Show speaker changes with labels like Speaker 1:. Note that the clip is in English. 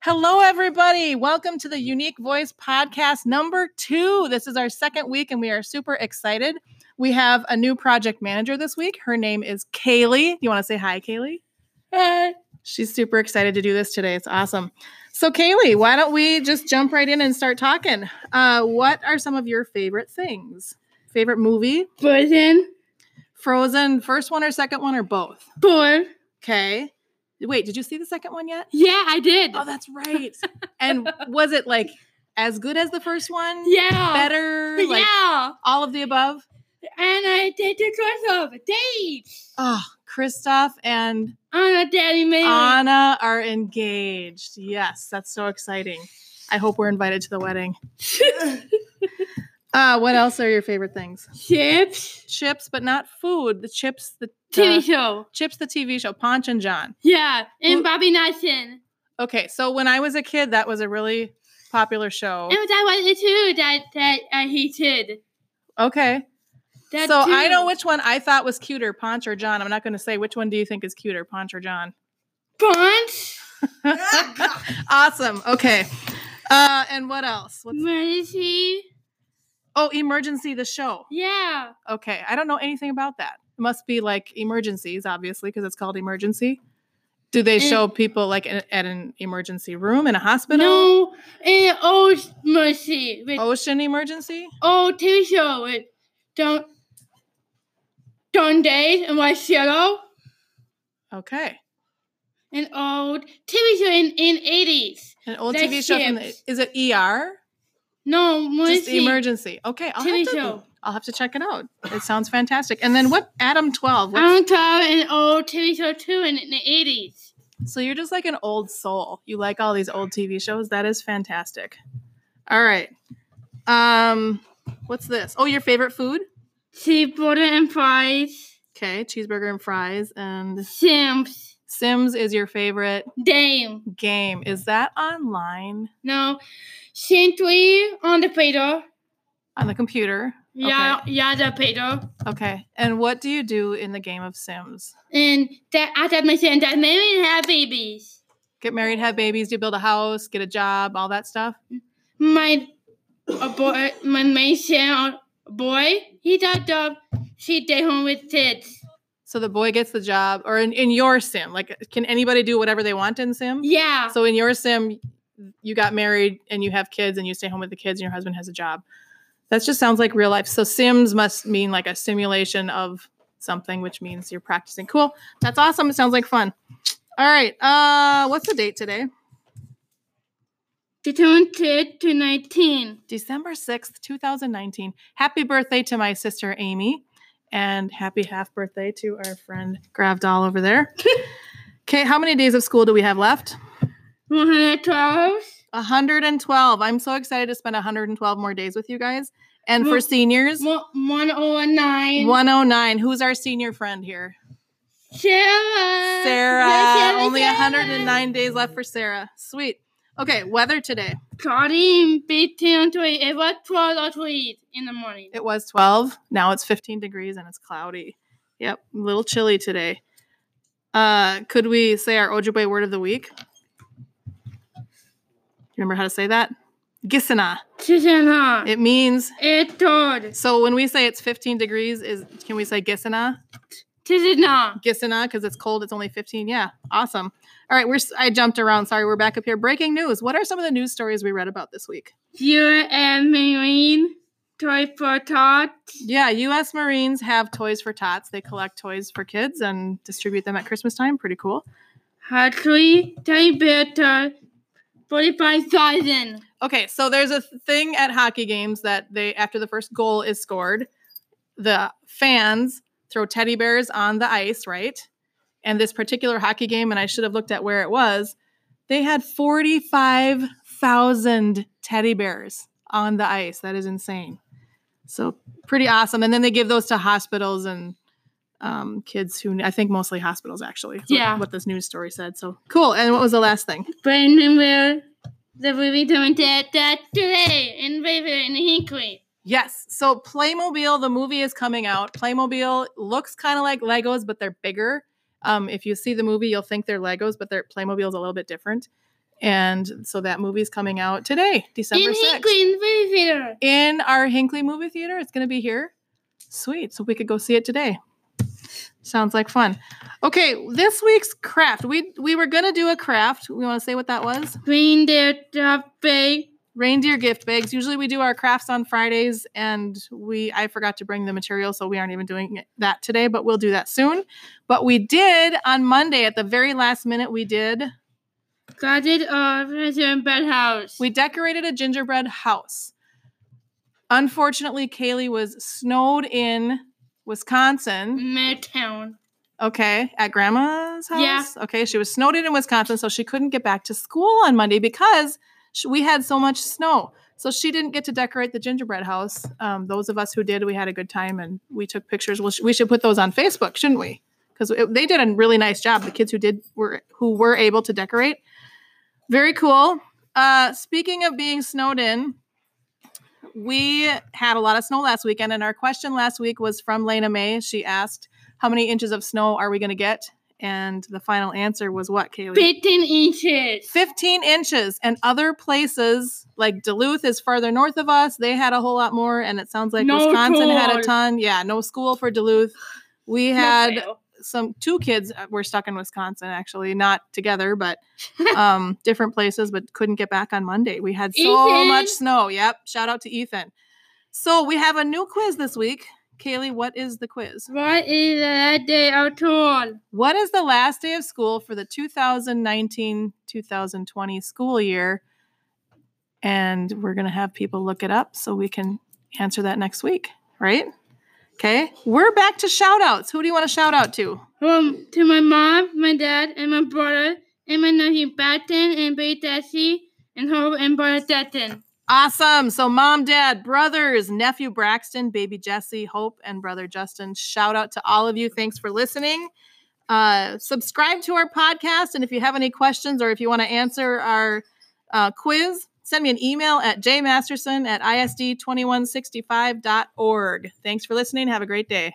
Speaker 1: Hello, everybody. Welcome to the Unique Voice Podcast number two. This is our second week, and we are super excited. We have a new project manager this week. Her name is Kaylee. You want to say hi, Kaylee? Hi. She's super excited to do this today. It's awesome. So, Kaylee, why don't we just jump right in and start talking? Uh, what are some of your favorite things? Favorite movie?
Speaker 2: Frozen,
Speaker 1: Frozen, first one or second one, or both?
Speaker 2: born.
Speaker 1: Okay. Wait, did you see the second one yet?
Speaker 2: Yeah, I did.
Speaker 1: Oh, that's right. and was it like as good as the first one?
Speaker 2: yeah.
Speaker 1: Better? Like
Speaker 2: yeah.
Speaker 1: all of the above?
Speaker 2: And I did the dress over dates.
Speaker 1: Oh, Kristoff and
Speaker 2: I'm a daddy man.
Speaker 1: Anna are engaged. Yes, that's so exciting. I hope we're invited to the wedding. Uh, what else are your favorite things?
Speaker 2: Chips.
Speaker 1: Chips, but not food. The chips, the,
Speaker 2: TV
Speaker 1: the
Speaker 2: show.
Speaker 1: chips, the TV show, Ponch and John.
Speaker 2: Yeah. And
Speaker 1: Well-
Speaker 2: Bobby Nelson.
Speaker 1: Okay, so when I was a kid, that was a really popular show.
Speaker 2: And that was the two that, that I hated.
Speaker 1: Okay.
Speaker 2: That
Speaker 1: so I
Speaker 2: two.
Speaker 1: know which one I thought was cuter, Ponch or John. I'm not going to say which one do you think is cuter, Ponch or John.
Speaker 2: Bunch.
Speaker 1: awesome. Okay. Uh, and what else? What's,
Speaker 2: Mercy.
Speaker 1: oh, Emergency the show.
Speaker 2: Yeah.
Speaker 1: Okay. I don't know anything about that. It must be like emergencies, obviously, because it's called emergency. Do they
Speaker 2: Eh.
Speaker 1: show people like in, at an emergency room in a hospital?
Speaker 2: no. And oh, Mercy. With
Speaker 1: Ocean emergency?
Speaker 2: old TV show with Don Don Day and White Shadow,
Speaker 1: Okay.
Speaker 2: an old TV show in in eighties.
Speaker 1: An old
Speaker 2: That's
Speaker 1: TV show from the,
Speaker 2: Ships.
Speaker 1: is it ER?
Speaker 2: No,
Speaker 1: Just
Speaker 2: mercy.
Speaker 1: emergency. Okay, I'll
Speaker 2: TV
Speaker 1: have to,
Speaker 2: show.
Speaker 1: I'll have to check it out. It sounds fantastic. And then what? Adam Twelve. what's-
Speaker 2: I'm proud of an old TV show too in, in the eighties.
Speaker 1: So you're just like an old soul. You like all these old TV shows. That is fantastic. All right. Um, what's this? Oh, your favorite food?
Speaker 2: See Border and Fries,
Speaker 1: Okay, cheeseburger and fries. And
Speaker 2: Sims,
Speaker 1: Sims is your favorite
Speaker 2: Dame.
Speaker 1: game. Is that online
Speaker 2: No, Shinty on the Pedro.
Speaker 1: on the computer?
Speaker 2: Yeah, yeah, the Pedro.
Speaker 1: Okay. And what do you do in the game of Sims?
Speaker 2: And that I that my son that married and have babies.
Speaker 1: Get married, have babies, do you build a house, get a job, all that stuff?
Speaker 2: my a boy my main son a boy he got dog she stay home with kids
Speaker 1: So the boy gets the job, or in, in your sim, like can anybody do whatever they want in sim?
Speaker 2: yeah
Speaker 1: So in your sim, you got married and you have kids and you stay home with the kids and your husband has a job. That just sounds like real life. So sims must mean like a simulation of something, which means you're practicing. Cool. That's awesome. It sounds like fun. All right. Uh, what's the date today?
Speaker 2: between 10 to 19
Speaker 1: December 6th, 2019. Happy birthday to my sister Amy and happy half birthday to our friend Gravdal over there. okay, how many days of school do we have left?
Speaker 2: 112
Speaker 1: 112. I'm so excited to spend 112 more days with you guys. And for
Speaker 2: Well,
Speaker 1: seniors,
Speaker 2: one- 109
Speaker 1: 109. Who's our senior friend here?
Speaker 2: Sarah
Speaker 1: Sarah. Only
Speaker 2: Sarah.
Speaker 1: 109 days left for Sarah. Sweet. Okay, weather today.
Speaker 2: Starting between 20 it was 12 or 28 in the morning
Speaker 1: It was 12. Now it's 15 degrees and it's cloudy. Yep, a little chilly today. Uh, could we say our Ojibwe word of the week? Remember how to say that? Gisana.
Speaker 2: Susanna
Speaker 1: It means
Speaker 2: it told
Speaker 1: so when we say it's 15 degrees is can we say gisana?
Speaker 2: Susanna
Speaker 1: Gisana because it's cold. It's only 15. Yeah, awesome. All right, we're s- I jumped around. Sorry, we're back up here. Breaking news. What are some of the news stories we read about this week?
Speaker 2: you and Marine toy for tots
Speaker 1: Yeah, U.S. Marines have toys for tots. They collect toys for kids and distribute them at Christmas time. Pretty cool.
Speaker 2: Hardly tiny bit uh, 45,000.
Speaker 1: Okay, so there's a thing at hockey games that they after the first goal is scored, the fans throw teddy bears on the ice, right? And this particular hockey game, and I should have looked at where it was, they had 45,000 teddy bears on the ice. That is insane. So pretty awesome. And then they give those to hospitals and um, kids who I think mostly hospitals actually. is what-
Speaker 2: Yeah.
Speaker 1: What this news story said. So cool. And what was the last thing?
Speaker 2: Brandon will the movie doing that, that today in River and Hinkley.
Speaker 1: Yes. So Playmobil, the movie is coming out. Playmobil looks kind of like Legos, but they're bigger. Um, if you see the movie, you'll think they're Legos, but their Playmobil is a little bit different. And so that movie's coming out today, December
Speaker 2: in
Speaker 1: 6th.
Speaker 2: Hinkley, in the movie theater.
Speaker 1: In our Hinkley movie theater. It's going to be here. Sweet. So we could go see it today. Sounds like fun. Okay, this week's craft. We we were going to do a craft. We want to say what that was?
Speaker 2: Green Deer Drop Bag.
Speaker 1: Reindeer gift bags. Usually we do our crafts on Fridays and we I forgot to bring the material so we aren't even doing it- that today, but we'll do that soon. But we did on Monday at the very last minute we did
Speaker 2: Guarded of Resident Bedhouse.
Speaker 1: We decorated a gingerbread house. Unfortunately, Kaylee was snowed in Wisconsin.
Speaker 2: Midtown.
Speaker 1: Okay, at grandma's house.
Speaker 2: Yeah.
Speaker 1: Okay, she was snowed in in Wisconsin, so she couldn't get back to school on Monday because sh we had so much snow. So she didn't get to decorate the gingerbread house. Um, those of us who did, we had a good time and we took pictures. Well, sh- we should put those on Facebook, shouldn't we? Because they did a really nice job. The kids who did were who were able to decorate. Very cool. Uh, speaking of being snowed in, we had a lot of snow last weekend, and our question last week was from Lena May. She asked, "How many inches of snow are we going to get?" And the final answer was what, Kaylee?
Speaker 2: 15 inches.
Speaker 1: 15 inches. And other places like Duluth is farther north of us. They had a whole lot more, and it sounds like
Speaker 2: No
Speaker 1: Wisconsin had a
Speaker 2: tool.
Speaker 1: ton. Yeah, no school for Duluth. We
Speaker 2: No
Speaker 1: had
Speaker 2: fail.
Speaker 1: some two kids uh, were stuck in Wisconsin actually, not together, but um, different places, but couldn't get back on Monday. We had so much
Speaker 2: Ethan.
Speaker 1: snow. Yep. Shout out to Ethan. So we have a new quiz this week. Kaylee, what is the quiz?
Speaker 2: What is that day at all?
Speaker 1: What is the last day of school for the 2019 2020 school year? And we're going to have people look it up so we can answer that next week, right? Okay. We're back to shout outs. Who do you want to shout out to?
Speaker 2: Um, to my mom, my dad, and my brother, and my nephew Batten, and Bay Desi, and Hope, and brother Dutton.
Speaker 1: Awesome. So, mom, dad, brothers, nephew Braxton, baby Jesse, Hope, and brother Justin, shout out to all of you. Thanks for listening. Uh, subscribe to our podcast. And if you have any questions or if you want to answer our uh, quiz, send me an email at jmasterson at isd2165.org. Thanks for listening. Have a great day.